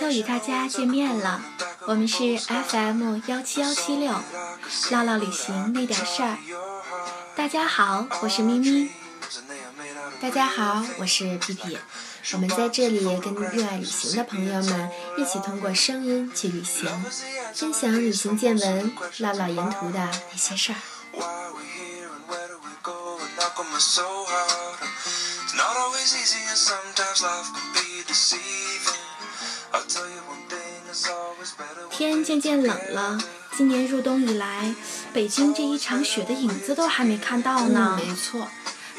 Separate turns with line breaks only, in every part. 又与大家见面了。我们是 FM 幺七幺七六，唠唠旅行那点事儿。大家好，我是咪咪。
大家好，我是 P P，我们在这里跟热爱旅行的朋友们一起通过声音去旅行，分享旅行见闻，唠唠沿途的那些事儿。
天渐渐冷了，今年入冬以来，北京这一场雪的影子都还没看到呢。
没错，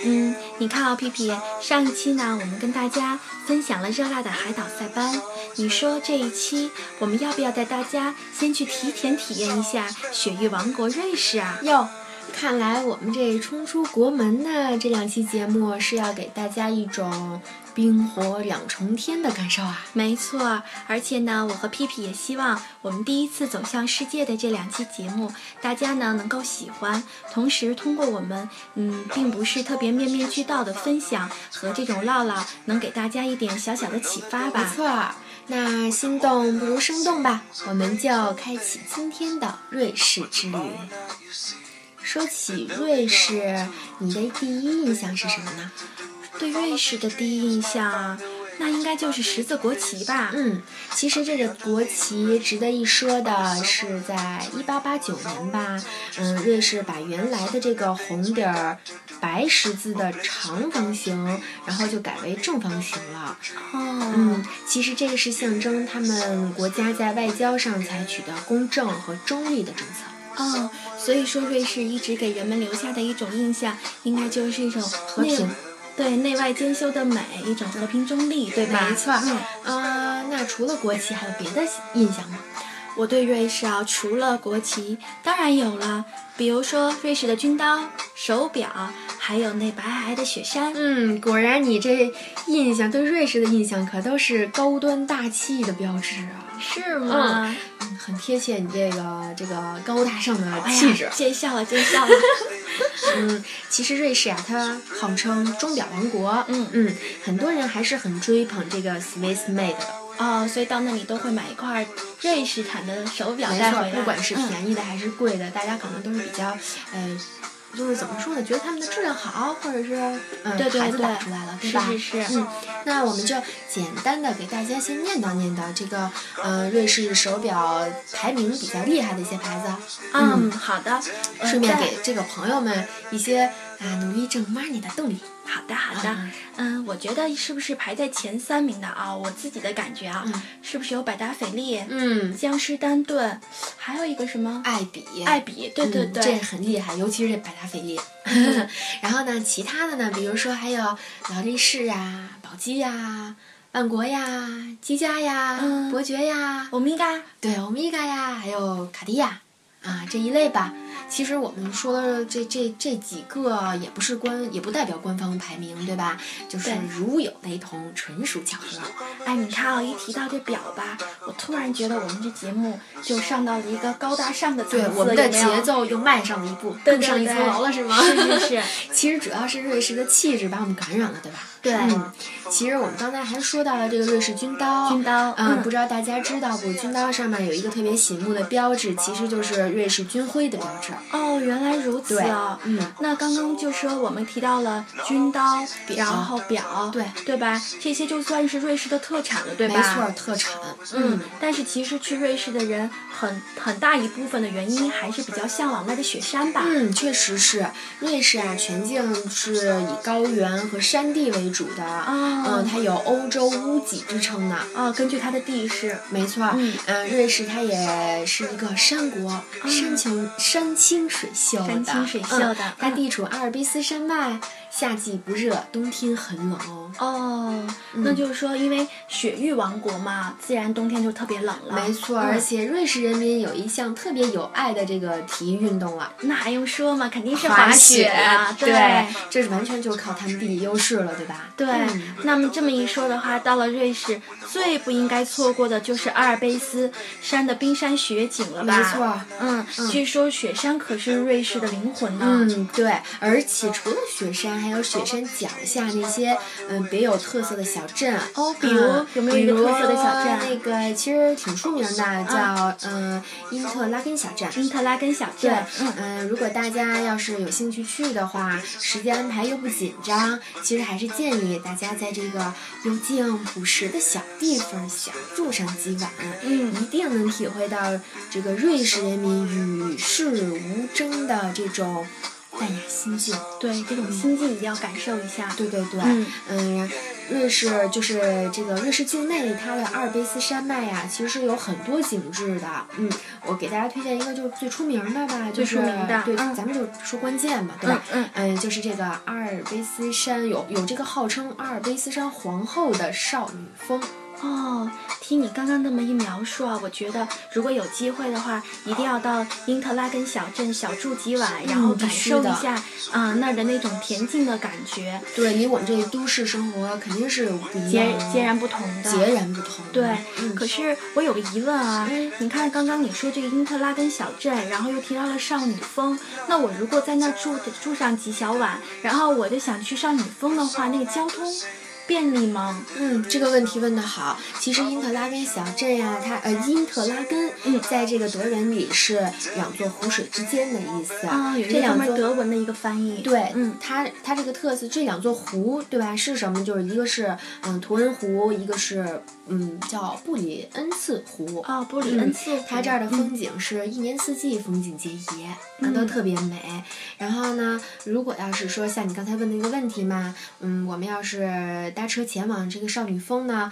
嗯，你看啊、屁屁，上一期呢，我们跟大家分享了热辣的海岛塞班。你说这一期我们要不要带大家先去提前体验一下雪域王国瑞士啊？
哟，看来我们这冲出国门的这两期节目是要给大家一种冰火两重天的感受啊！
没错，而且呢，我和屁屁也希望我们第一次走向世界的这两期节目，大家呢能够喜欢，同时通过我们嗯，并不是特别面面俱到的分享和这种唠唠，能给大家一点小小的启发
没
吧。
错儿，那心动不如生动吧，我们就开启今天的瑞士之旅。说起瑞士，你的第一印象是什么呢？
对瑞士的第一印象啊，那应该就是十字国旗吧。
嗯，其实这个国旗值得一说的呃是，在一八八九年吧，嗯，瑞士把原来的这个红底儿白十字的长方形，然后就改为正方形了。
哦
嗯，，其实这是象征他们国家在外交上采取的公正和中立的政策。
哦，所以说瑞士一直给人们留下的一种印象，应该就是一种和
平，
对内外兼修的美，一种和平中立，对吧？
没错
嗯，
啊、那除了国旗，还有别的印象吗？
我对瑞士啊，除了国旗，当然有了，比如说瑞士的军刀、手表，还有那白皑皑的雪山。
嗯，果然你这印象对瑞士的印象可都是高端大气的标志啊，
是
吗？嗯很贴切你这个这个高大上的气质。
哎见笑了，见 笑了。
嗯，其实瑞士啊，它号称钟表王国，
嗯
嗯，很多人还是很追捧这个 Swiss made 的。
哦，所以到那里都会买一块瑞士产的手表
没
带
错
回来，，
不管是
嗯
便宜的还是贵的，大家可能都是比较，呃，就是怎么说呢？觉得他们的质量好，或者是嗯，
对对
孩子打
对
出来了，对
是
吧？
是是
嗯，那我们就简单的给大家先念叨念叨这个，呃，瑞士手表排名比较厉害的一些牌子，
嗯，好的，呃
顺便
在
给这个朋友们一些啊、努力挣 money 的动力。
好的，好的
嗯，
嗯，我觉得是不是排在前三名的啊？我自己的感觉啊，
嗯
是不是有百达翡丽、
嗯，
江诗丹顿，还有一个什么
爱彼，
爱彼？对对
哎嗯
对，嗯
这很厉害，尤其是这百达翡丽。 然后呢，其他的呢，比如说还有劳力士啊、宝玑呀、万国呀、积家呀、
嗯
伯爵呀，
欧米伽，
对，欧米伽呀，还有卡地亚啊这一类吧。其实我们说的这这这几个也不是官，也不代表官方排名，对吧？就是
对
如有雷同，纯属巧合。
哎，你看啊，一提到这表吧，我突然觉得我们这节目就上到了一个高大上的层次，
对，我们的
有没有
节奏又迈上了一步，
对
更上一层楼了，是吗？
是是是，
其实主要是瑞士的气质把我们感染了，对吧？
对
嗯，其实我们刚才还说到了这个瑞士军刀。
军刀，
嗯，
嗯
不知道大家知道不？军刀上面有一个特别醒目的标志，其实就是瑞士军徽的标志。
哦，原来如此
对
哦。
嗯，
那刚刚就说我们提到了军刀，然后表，
哦对
对吧？这些就算是瑞士的特产了，对吧？
没错，。特产。
嗯，但是其实去瑞士的人很很大一部分的原因还是比较向往那个雪山吧。
嗯，确实是。瑞士啊，全境是以高原和山地为主的。
啊
嗯，它有欧洲屋脊之称呢。
啊，根据它的地势，
没错儿，
嗯
呃，瑞士它也是一个山国，山清山清水秀的，
山清水秀
嗯
的
它
嗯
地处阿尔卑斯山脉，夏季不热，冬天很冷哦。嗯
哦，那就是说，因为雪域王国嘛，自然冬天就特别冷了。
没错，
嗯
而且瑞士人民有一项特别有爱的这个体育运动了。啊
那还用说吗？肯定是
滑
雪啊，
对
对，
这是完全就靠他们地理优势了，对吧？
对，
嗯
那么这么一说的话，到了瑞士，最不应该错过的就是阿尔卑斯山的冰山雪景了吧？
没错嗯儿
嗯，据说雪山可是瑞士的灵魂呢。
嗯，对，而且除了雪山，还还有雪山脚下那些嗯别有特色的小镇。
哦，比如、
嗯
有没有一个特色的小
比
镇？啊
如那个其实挺出名的，叫嗯因特拉根小站。
因特拉根小
对
镇，，嗯，
嗯，如果大家要是有兴趣去的话，时间安排又不紧张，其实还是建议大家在这个幽静朴实的小地方小住上几晚，
嗯
一定能体会到这个瑞士人民与世无争的这种淡雅心境。
对，这种心境一定要感受一下。
对对对，
嗯
嗯，然瑞士就是这个瑞士境内它的阿尔卑斯山脉呀、其实是有很多景致的。嗯，我给大家推荐一个就是最出名的吧，就
最
是
出名的
对，
嗯
咱们就说关键嘛，对
嗯
吧？
嗯，
嗯，就是这个阿尔卑斯山有有这个号称阿尔卑斯山皇后的少女峰，
哦，听你刚刚那么一描述啊，我觉得如果有机会的话，一定要到因特拉根小镇小住几晚，然后
嗯必
感
须
受一
的
下啊、那儿的那种恬静的感觉，
对，离我们这都市生活肯定是有不一
截
样、
截然不同的。
嗯截然不同的。
对
嗯，
可是我有个疑问啊
嗯，
你看刚刚你说这个因特拉根小镇，然后又提到了少女峰，那我如果在那儿住住上几小晚，然后我就想去少女峰的话，那个交通便利吗？
嗯，这个问题问得好。其实因特拉根小镇呀、它呃，因特拉根，
嗯
在这个德文里是两座湖水之间的意思。
啊，有一
这
个专
两
门
座
德文的一个翻译。
对，
嗯，
它它这个特色，这两座湖，对吧？是什么？就是一个是嗯图恩湖，一个是嗯叫布里恩茨湖。
哦，布里恩茨湖，
它嗯这儿的风景是一年四季风景皆宜，啊，
嗯
都特别美。然后呢，如果要是说像你刚才问的一个问题嘛，嗯，我们要是搭车前往这个少女峰呢，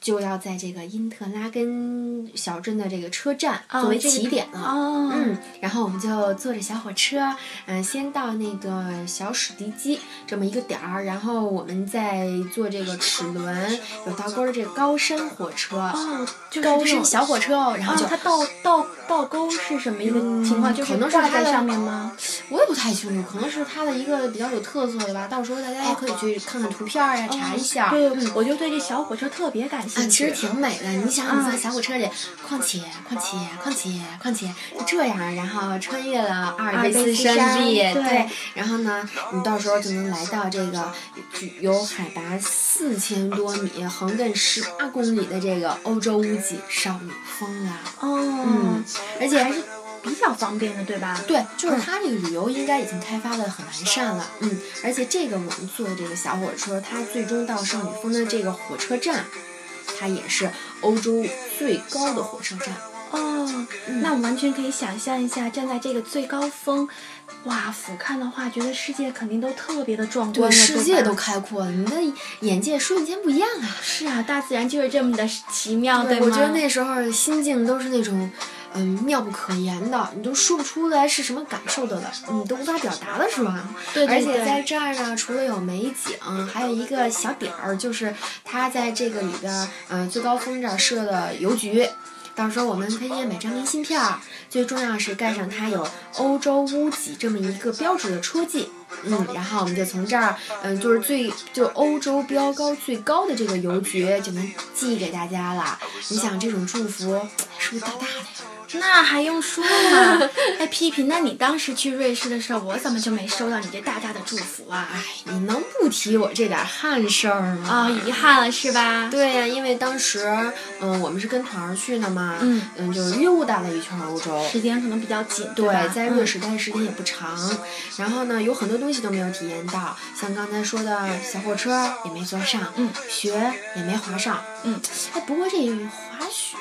就要在这个因特拉根小镇的这个车站
哦
作为
这个
起点了。
哦，
嗯，然后我们就坐着小火车，嗯、先到那个小史迪基这么一个点儿，然后我们再坐这个齿轮有倒钩的这个高山火车，
哦，就是
高
这
山
种
小火车哦，然后
啊
就、，
它倒倒倒钩是什么一个情况？
嗯
就是
可能是
挂
它
在
的
上面吗？
我也不太清楚，可能是它的一个比较有特色的吧。到时候大家也可以去看看图片儿呀、查一下。
哦对嗯
嗯，
我就对这小火车特别感兴
啊，
趣。
其实挺美的。你想，你
啊
坐小火车里，况且，况且，况且，况且，就这样，然后穿越了阿尔
阿尔
卑
卑
斯
斯
山
山
壁，
对
对，然后呢，你到时候就能来到这个具有海拔四千多米、横亘十八公里的这个欧洲屋脊少女峰了。
哦
嗯，而且
还是比较方便的，对吧？
对，就是它这个旅游应该已经开发的很完善了，嗯，而且这个我们坐的这个小火车，它最终到少女峰的这个火车站，它也是欧洲最高的火车站。
哦，那我们完全可以想象一下，站在这个最高峰，哇，俯瞰的话，觉得世界肯定都特别的壮观
对，
了，
世界
吧
都开阔了，你的眼界瞬间不一样啊！
是啊，大自然就是这么的奇妙，对吗？
我觉得那时候心境都是那种，嗯，妙不可言的，你都说不出来是什么感受的了，你都无法表达了，是吧？
对对
而且
对
在这儿呢，除了有美景，还有一个小点儿，就是它在这个里边儿，嗯、最高峰这儿设了邮局。到时候我们可以买张明信片儿，最重要是盖上它有欧洲屋脊这么一个标志的戳记，嗯，然后我们就从这儿，嗯，就是最就欧洲标高最高的这个邮局就能寄给大家了。你想这种祝福是不是大大的呀？
那还用说 吗？哎，皮皮，那你当时去瑞士的时候，我怎么就没收到你这大大的祝福啊？
哎，你能不提我这点汗事儿吗？
哦，遗憾了是吧？
哎对呀、因为当时，嗯，我们是跟团儿去的嘛，
嗯
就是溜达了一圈欧洲。
时间可能比较紧，
对
吧？，
在瑞
嗯
士待时间也不长，然后呢，有很多东西都没有体验到，像刚才说的小火车也没坐上，
嗯，
雪也没滑上，
嗯，
哎，不过这滑雪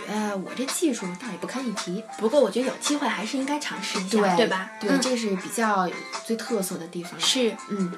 我这技术倒也不堪一提，
嗯不过我觉得有机会还是应该尝试一下，
对
对吧？
对，
嗯
这是比较最特色的地方，
是。
嗯，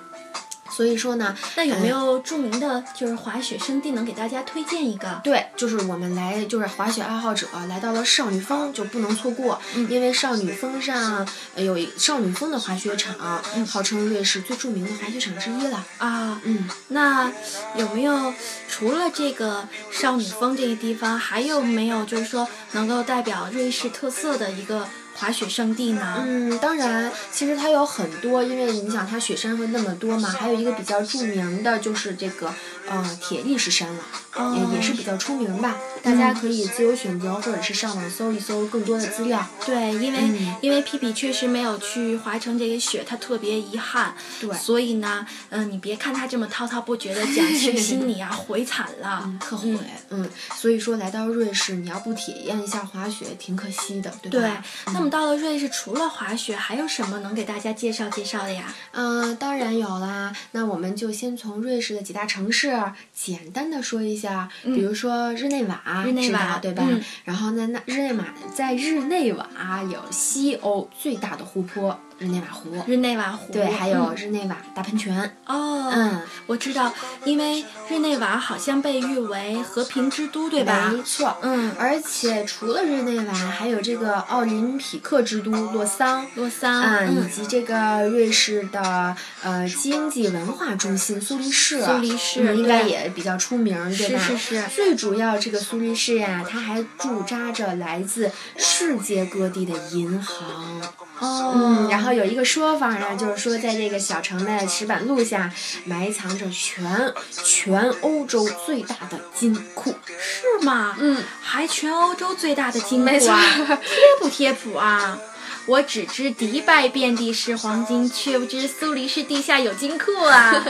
所以说呢，
那
呃
有没有著名的就是滑雪胜地能给大家推荐一个？
对，就是我们来，就是滑雪爱好者来到了少女峰就不能错过，
嗯
因为少女峰上呃有一少女峰的滑雪场，
嗯
号称瑞士最著名的滑雪场之一了。
啊，
嗯，
那有没有除了这个少女峰这个地方，还有没有就是说能够代表瑞士特色的一个滑雪胜地呢？
嗯，当然，其实它有很多，因为你想它雪山会那么多嘛，还有一个比较著名的就是这个呃呃铁力士山了，
哦
嗯也也是比较出名吧。大家可以自由选择，或者是上网搜一搜更多的资料。
对，因为、
嗯
因为皮皮确实没有去华城这个雪，他特别遗憾。
对
所以呢，嗯、你别看他这么滔滔不绝的讲，其实心里啊 哎悔惨了，
特毁，嗯，所以说来到瑞士，你要不体验一下滑雪，挺可惜的，对
对
吧？，
那么到了瑞士，除了滑雪，还有什么能给大家介绍介绍的呀？
嗯、当然有啦。那我们就先从瑞士的几大城市简单的说一下，比如说日内瓦，
嗯日内
知
瓦
道对吧？
嗯
然后呢，那日内瓦在日内瓦有西欧最大的湖泊——日内瓦湖，
日内瓦湖，
对，还有
嗯
日内瓦大喷泉，
哦，
嗯，
我知道，因为日内瓦好像被誉为和平之都，对吧？
没错。
嗯，
而且除了日内瓦，还有这个奥林匹克之都洛桑，
洛桑，
嗯，以
嗯，
及这个瑞士的呃经济文化中心苏黎世，
苏黎世
嗯应该
对
也比较出名，对
是
吧？
是是
最主要这个苏黎世呀、它还驻扎着来自世界各地的银行。
哦，
嗯，然后有一个说法呢，就是说在这个小城的石板路下埋藏着全全欧洲最大的金库。
是吗？
嗯，
还全欧洲最大的金
没
库
错
啊，贴不贴谱啊？我只知迪拜遍地是黄金，却不知苏黎世地下有金库 啊。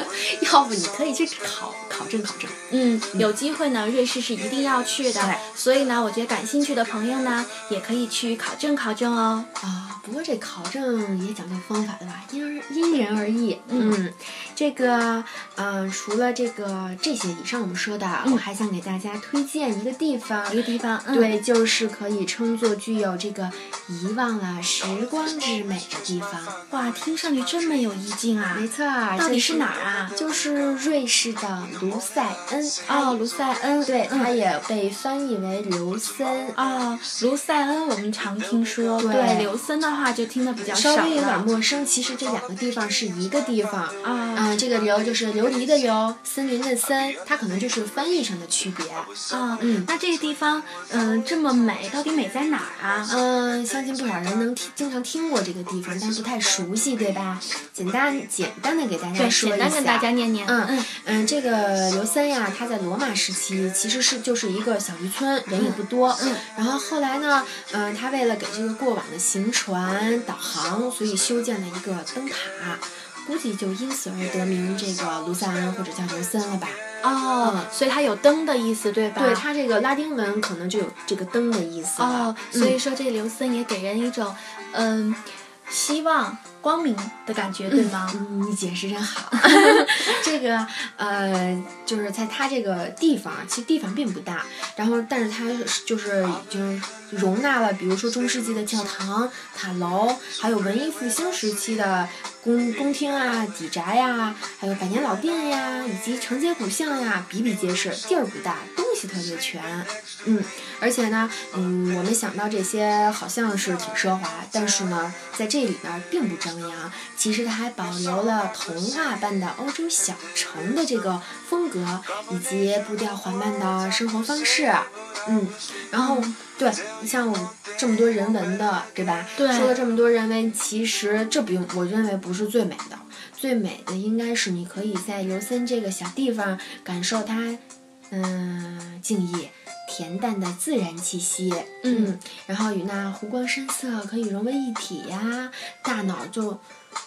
要不你可以去考考证考证。
嗯，有机会呢，瑞士是一定要去的
对。
所以呢，我觉得感兴趣的朋友呢，也可以去考证考证哦。
啊、不过这考证也讲究方法的吧，因而因人而异。
嗯
嗯，这个，嗯、除了这个这些以上我们说的，我还想给大家推荐一个地方
一。个地方，嗯，
对，就是可以称作具有这个遗忘了时光之美的地方。
哇，听上去真没有意境啊
没。错儿，
到底
就是
哪儿啊？
就是瑞士的卢塞恩。哎
哦，卢塞恩，
对，
嗯
它也被翻译为刘森。
哦，卢塞恩我们常听说，
对
对刘森的话就听的比较
稍
少
微有点
了。
陌生，其实这两个地方是一个地方。
啊
嗯，这个琉就是琉璃的琉，森林的森，它可能就是翻译上的区别。
啊，
嗯
那这个地方，嗯、这么美，到底美在哪儿啊？
嗯，相信不少人能听经常听过这个地方，但不太熟悉，对吧？简单简单的给大家
对，
说一下。
嗯简单跟大家念念。
嗯
嗯
嗯，这个刘森呀，他在罗马时期其实是就是一个小渔村，人也不多。
嗯
然后后来呢，嗯、他为了给这个过往的行船导航，所以修建了一个灯塔，估计就因此而得名这个卢塞恩或者叫刘森了吧？
哦，
嗯
所以它有灯的意思，对吧？
对，它这个拉丁文可能就有这个灯的意思了
哦，所以说这刘森也给人一种，嗯，希望、光明的感觉，对吗？
嗯，你解释真好。这个呃，就是在它这个地方，其实地方并不大，然后但是它是就是已经容纳了，比如说中世纪的教堂、塔楼，还有文艺复兴时期的宫宫厅啊、底宅呀、还有百年老店呀，以及城街古巷呀，比比皆是。地儿不大，东西特别全。嗯，而且呢，嗯，我们想到这些好像是挺奢华，但是呢，在这里边并不张扬。其实它还保留了童话般的欧洲小城的这个风格，以及步调缓慢的生活方式。嗯，然后对，你像我这么多人文的，对吧？
对
说了这么多人文，其实这不用，我认为不是最美的。最美的应该是你可以在尤森这个小地方感受它，嗯、静谧、恬淡的自然气息，
嗯
然后与那湖光山色可以融为一体呀、大脑就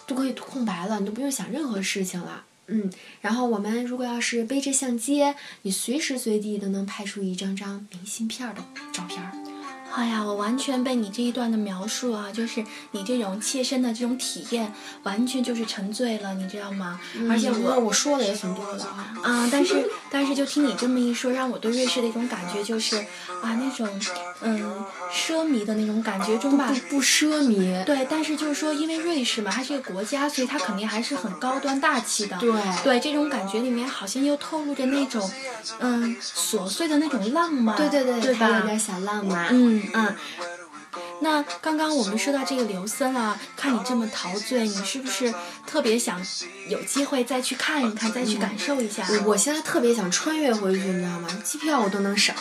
都可以空白了，你都不用想任何事情了。嗯，然后我们如果要是背着相机，你随时随地都能拍出一张张明信片儿的照片儿。
哎呀，我完全被你这一段的描述啊，就是你这种切身的这种体验，完全就是沉醉了，你知道吗？而且
嗯
我
我说了也挺多的啊。
啊、但是但是就听你这么一说，让我对瑞士的一种感觉就是啊，那种嗯奢靡的那种感觉中吧
不。不奢靡，
对，但是就是说，因为瑞士嘛，它是一个国家，所以它肯定还是很高端大气的。
对
对，这种感觉里面好像又透露着那种，嗯，琐碎的那种浪漫。
对对对，
对
它有
吧？
点小浪漫。
嗯，
嗯，
那刚刚我们说到这个刘森啊，看你这么陶醉，你是不是特别想有机会再去看一看，再去感受一下。啊
嗯我我现在特别想穿越回去，你知道吗？机票我都能省，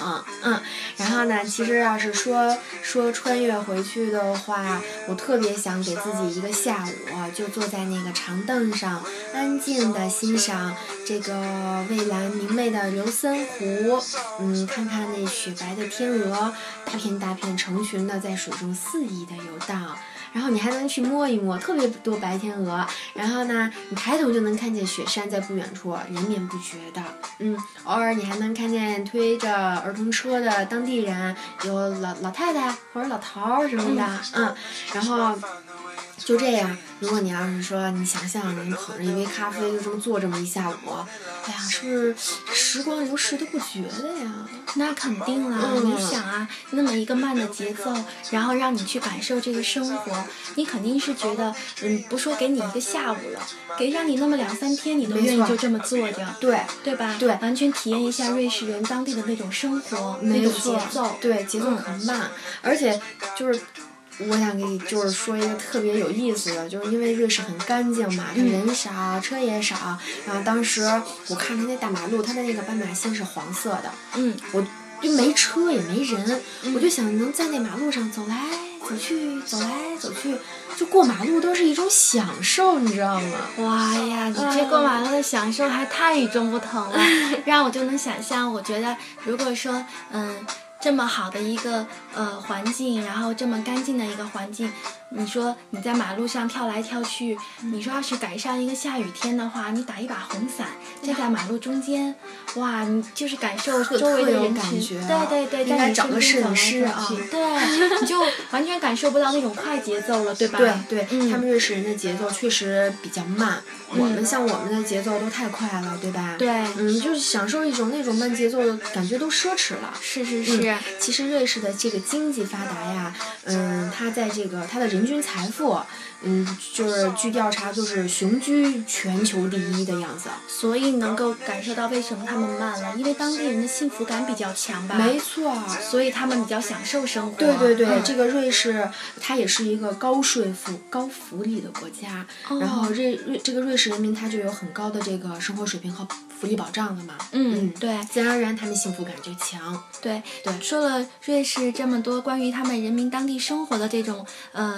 嗯。然后呢，其实要是说说穿越回去的话，我特别想给自己一个下午，啊就坐在那个长凳上，安静的欣赏这个蔚蓝明媚的琉森湖，嗯，看看那雪白的天鹅，大片大片成群的在水中肆意的游荡。然后你还能去摸一摸，特别多白天鹅。然后呢，你抬头就能看见雪山在不远处，连绵不绝的。嗯，偶尔你还能看见推着儿童车的当地人，有老老太太或者老头儿什么的。嗯，然后就这样。如果你要是说你想象你捧着一杯咖啡就这么坐这么一下午，
呃
哎呀，是不是时光流逝都不觉得呀？
那肯定啦，
嗯
你想啊，那么一个慢的节奏，然后让你去感受这个生活，你肯定是觉得，嗯，不说给你一个下午了，给让你那么两三天，你都
没错
愿意就这么坐着，
对。
对吧？
对
完全体验一下瑞士人当地的那种生活，那
没
种
错
节奏。
对，节奏
嗯
很慢，而且就是。我想给你就是说一个特别有意思的，就是因为瑞士很干净嘛，它
嗯
人少，车也少。然后当时我看它那大马路，它的那个斑马线是黄色的，
嗯，
我就没车也没人，我就想能在那马路上走来走去，走来走去，就过马路都是一种享受，你知道吗？
哇呀，你这过马路的享受还太与众不同 了，让我就能想象。我觉得，如果说，嗯，这么好的一个呃环境，然后这么干净的一个环境，你说你在马路上跳来跳去，你说要是赶上一个下雨天的话，你打一把红伞，站在马路中间，哇，你就是感受
特
周围
特
的
有
人
感
群，
觉
对对对，
应
在
该
你
找
身
个
边
摄
走
影
来
师
走
啊
去对，你就完全感受不到那种快节奏了，对吧？
对对，
嗯
他们瑞士人的节奏确实比较慢，我们
嗯
像我们的节奏都太快了，对吧？
对
嗯，就是享受一种那种慢节奏的感觉都奢侈了。
是是
嗯
是。
其实瑞士的这个经济发达呀，嗯，它在这个它的人均财富，嗯，就是据调查就是雄居全球第一的样子。
所以能够感受到为什么他们慢了，因为当地人的幸福感比较强吧，
没错儿。
所以他们比较享受生活。
对对对，
嗯
这个瑞士它也是一个高税负、高福利的国家，
哦
然后瑞瑞这个瑞士人民他就有很高的这个生活水平和福利保障了嘛，
嗯
嗯
对
自然而然他们幸福感就强。
对
对
说了瑞士这么多关于他们人民当地生活的这种呃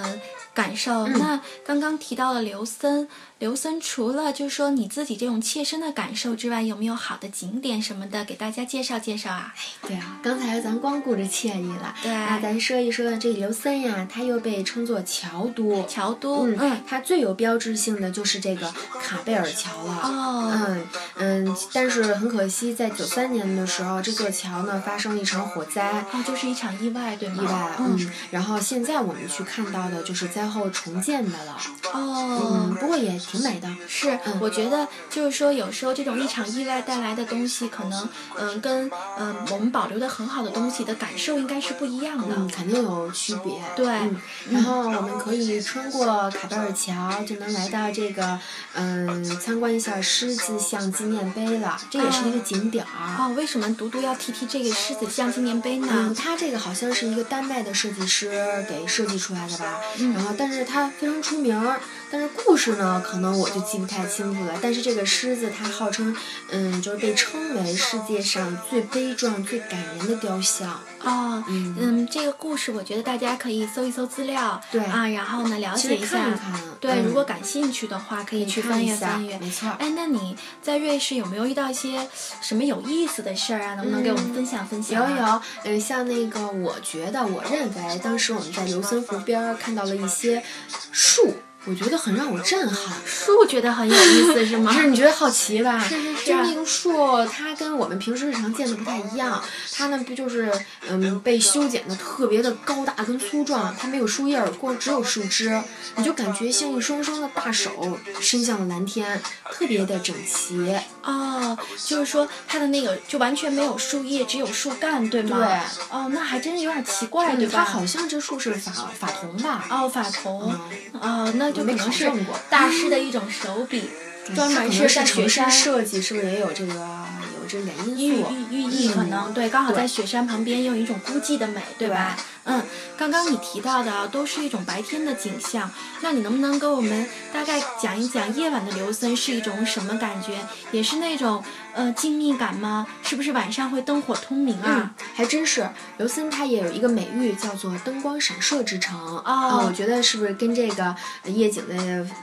感受，
嗯
那刚刚提到了刘森，刘森除了就是说你自己这种切身的感受之外，有没有好的景点什么的给大家介绍介绍啊？
对啊，刚才咱光顾着惬意了，
对
那啊咱说一说这琉森呀，它又被称作桥都。
乔都，
嗯
嗯，
它最有标志性的就是这个卡贝尔桥了。
哦
嗯嗯，但是很可惜，在九三年的时候，这座桥呢发生了一场火灾，
哦，就是一场意外，对吗？
意外，
嗯，
嗯，然后现在我们去看到的就是灾后重建的了，
哦，
嗯，不过也挺美的，
是，我觉得就是说，有时候这种一场意外带来的东西，可能嗯、呃跟嗯、呃我们保留的很好的东西的感受应该是不一样的。
嗯，肯定有区别，
对
嗯，然后我们可以穿过卡贝尔桥，就能来到这个，嗯，参观一下狮子像纪念碑了，这也是一个景点儿。
哦，为什么独独要提提这个狮子像纪念碑呢？
嗯，它这个好像是一个丹麦的设计师给设计出来的吧，
嗯
然后但是它非常出名儿，但是故事呢，可能我就记不太清楚了。但是这个狮子它号称，嗯，就是被称为世界上最悲壮、最感人的雕像。
哦，
嗯
嗯，这个故事我觉得大家可以搜一搜资料，
对
啊，然后呢了
其
解
实
一下。
看一看
对，
嗯
如果感兴趣的话，可以去翻阅翻阅。
没错儿。
哎，那你在瑞士有没有遇到一些什么有意思的事儿啊？能不能给我们分享分享、
有
啊？
有，嗯，像那个，我觉得，我认为当时我们在琉森湖边儿看到了一些树，我觉得很让我震撼。
树觉得很有意思是吗？
是你觉得好奇吧？
嗯是是是
就是那个树，它跟我们平时日常见的不太一样。它呢，不就是嗯被修剪的特别的高大跟粗壮，它没有树叶儿，光只有树枝，你就感觉像一双双的大手伸向了蓝天，特别的整齐。
哦，就是说它的那个就完全没有树叶，只有树干，对吗？
对
哦，那还真是有点奇怪，对吧？
嗯它好像这树是法法桐吧？
哦，法桐，哦，那就
嗯没
可能
考
是
证过
大师的一种手笔，专
它
门
可能
在
是
雪
城市
山嗯
设计，是不是也有这个有这点
寓
因素？嗯
寓寓意，可能对，刚好在雪山旁边，有一种孤寂的美，对吧？嗯，刚刚你提到的啊都是一种白天的景象，那你能不能给我们大概讲一讲夜晚的琉森是一种什么感觉？也是那种呃静谧感吗？是不是晚上会灯火通明
嗯
啊？，
还真是，刘森它也有一个美誉叫做“灯光闪烁之城”
哦
啊，我觉得是不是跟这个呃夜景的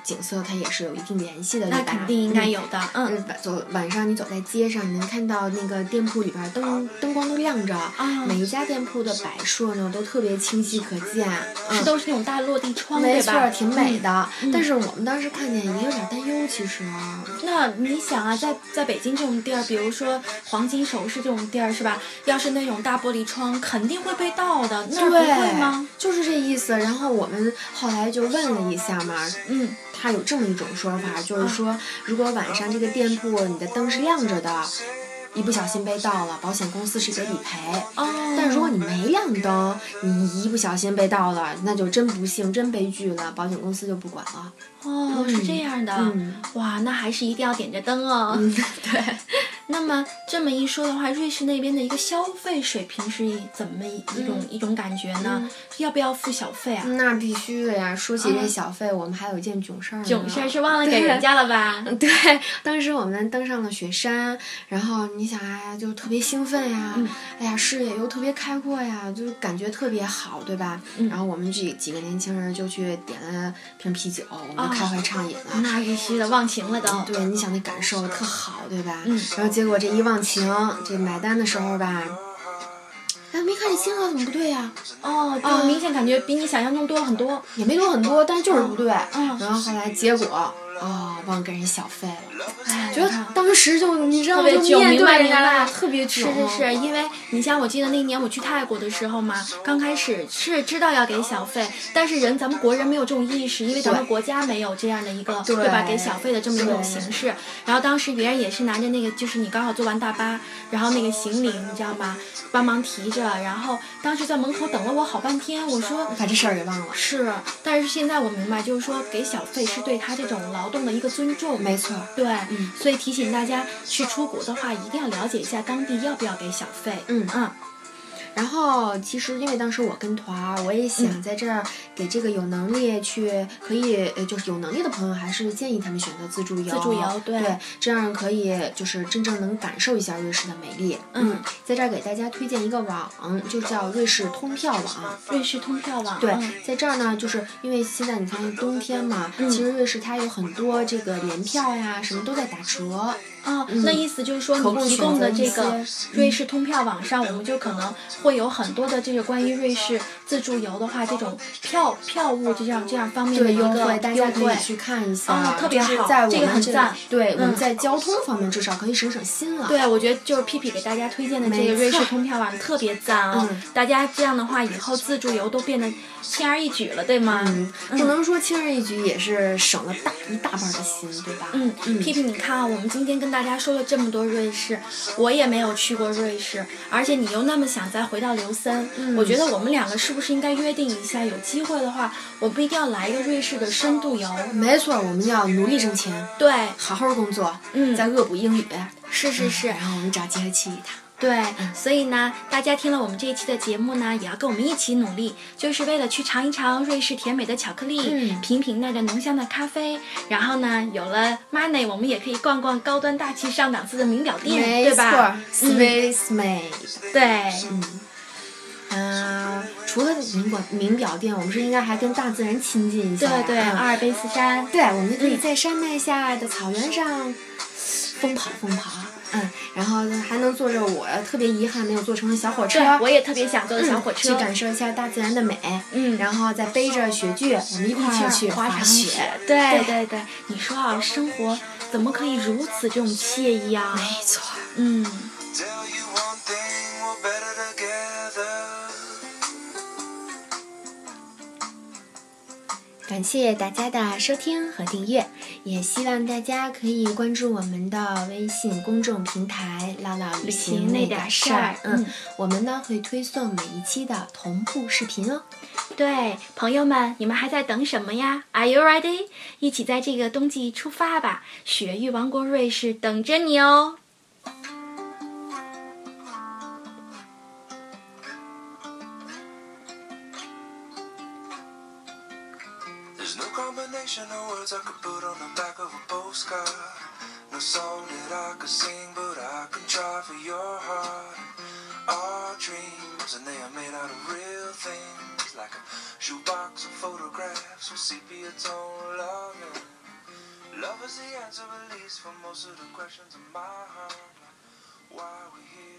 景色它也是有一定联系的，
那
对吧
肯定应该。
嗯
有的，嗯
嗯，晚走晚上你走在街上，你能看到那个店铺里边儿灯灯光都亮着，
啊，
每一家店铺的摆设呢都特别清晰可见，
是
嗯，
都是那种大落地窗，
没
对
错
吧？
儿，挺美的。
嗯
但是我们当时看见也有点担忧，其实，
那你想啊，在在北京这种地儿，比如说黄金首饰这种地儿，是吧？要是那种大玻璃窗，肯定会被盗的，那儿不会吗？
就是这意思。然后我们后来就问了一下嘛，
嗯，
他有这么一种说法，就是
啊
说，如果晚上这个店铺你的灯是亮着的，一不小心被盗了，保险公司是得理赔。
哦。
但如果你没亮灯，你一不小心被盗了，那就真不幸，真悲剧了，保险公司就不管了。
哦，是这样的，
嗯
哇，那还是一定要点着灯哦。
对，
那么这么一说的话，瑞士那边的一个消费水平是一怎么一一
嗯
种、一种感觉呢？要不要付小费啊？
那必须的呀。说起这小费，我们还有一件囧事儿呢。
囧事儿是忘了给人家了吧？
对，当时我们登上了雪山，然后你想啊，就特别兴奋呀、
嗯
哎呀，视野又特别开阔呀，就是感觉特别好，对吧？
嗯
然后我们这几个年轻人就去点了瓶啤酒，我们就开怀畅饮了。
哦那必须的，忘情了都。
对，你想那感受特好，对吧？
嗯
然后结果这一忘情，这买单的时候吧，哎，没看这金额怎么不对呀、
哦，就
啊
明显感觉比你想象中多了很多。
也没多很多，但是就是不对。
嗯
然后后来结果啊、忘给人小费了，
哎，
觉得当时就你知
特
道吗？
别
就
囧
面
明
对
白
人家
明白
了特别
是
囧。
是是，因为你像我记得那年我去泰国的时候嘛，刚开始是知道要给小费，但是人咱们国人没有这种意识，因为咱们
对
国家没有这样的一个
对
吧给小费的这么一种
对
形式。然后当时别人也是拿着那个，就是你刚好坐完大巴，然后那个行李你知道吗，帮忙提着，然后当时在门口等了我好半天，我说。
把这事儿给忘了。
是，但是现在我明白，就是说给小费是对他这种劳动的一个尊重。
没错儿，
对，
嗯
所以提醒大家去出国的话，一定要了解一下当地要不要给小费。
嗯
嗯，
然后其实因为当时我跟团儿，我也
嗯
想在这儿给这个有能力去可以，呃，就是有能力的朋友，还是建议他们选择自助游。
自助游对
对，这样可以就是真正能感受一下瑞士的美丽。
嗯，
在这儿给大家推荐一个网，就叫瑞士通票网。
瑞士通票网。
啊对
嗯，
在这儿呢，就是因为现在你看冬天嘛，
嗯
其实瑞士它有很多这个联票呀，什么都在打折。
哦，
嗯
那意思就是说
可供
你提供的这
选择
个
一些
瑞士通票网上，我们就可能会有很多的这个关于瑞士自助游的话，这种票票务这样这样方面的
对
一个
优
优
惠，
惠。
大家可以哦去看一下，
啊特别
就是
好
在我
这个
们
很
这
赞
对、我
嗯
们在交通方面至少可以省省心了。，嗯
对，我觉得就是屁屁给大家推荐的这
没
个
错
瑞士通票网特别赞哦，
嗯
大家这样的话以后自助游都变得轻而易举了，对吗？
嗯，不能说轻而易举，也是省了大一大半的心，对吧？
嗯，屁屁，你看啊，我们今天跟大家说了这么多瑞士，我也没有去过瑞士，而且你又那么想再回到琉森，
嗯
我觉得我们两个是不是应该约定一下，有机会的话，我们一定要来一个瑞士的深度游。
没错，我们要努力挣钱，
对，
好好工作，
嗯
再恶补英语。
是是是，
然后我们找机会去一趟。
对，
嗯
所以呢，大家听了我们这一期的节目呢，也要跟我们一起努力，就是为了去尝一尝瑞士甜美的巧克力，
嗯
品品那个浓香的咖啡，然后呢，有了 money，我们也可以逛逛高端大气上档次的名
嗯
表店，对吧？
s w i s s made。
对，
嗯，除了名馆名表店，我们是应该还跟大自然亲近一下呀。
对对，
啊
阿尔卑斯山。
对，我们可以
嗯
在山脉下的草原上疯跑疯跑，嗯，然后呢还能坐着我特别遗憾没有坐成的小火车嗯
对，，我也特别想坐的小火车。
去感受一下大自然的美，
嗯
然后再背着雪具，我们一块儿去
滑
滑
雪
雪。，
对对对，你说啊，生活怎么可以如此这种惬意啊？
没错儿。
嗯，
Tell you one thing, we're better together.
感谢大家的收听和订阅，也希望大家可以关注我们的微信公众平台“唠唠旅行那点事儿”。
嗯
嗯，我们呢会推送每一期的同步视频哦。
对，朋友们，你们还在等什么呀？Are you ready？一起在这个冬季出发吧，雪域王国瑞士等着你哦。
combination of words I could put on the back of a postcard. No song that I could sing, but I can try for your heart. Our dreams, and they are made out of real things, like a shoebox of photographs with sepia tone loving. Love is the answer, at least, for most of the questions in my heart. Why we here?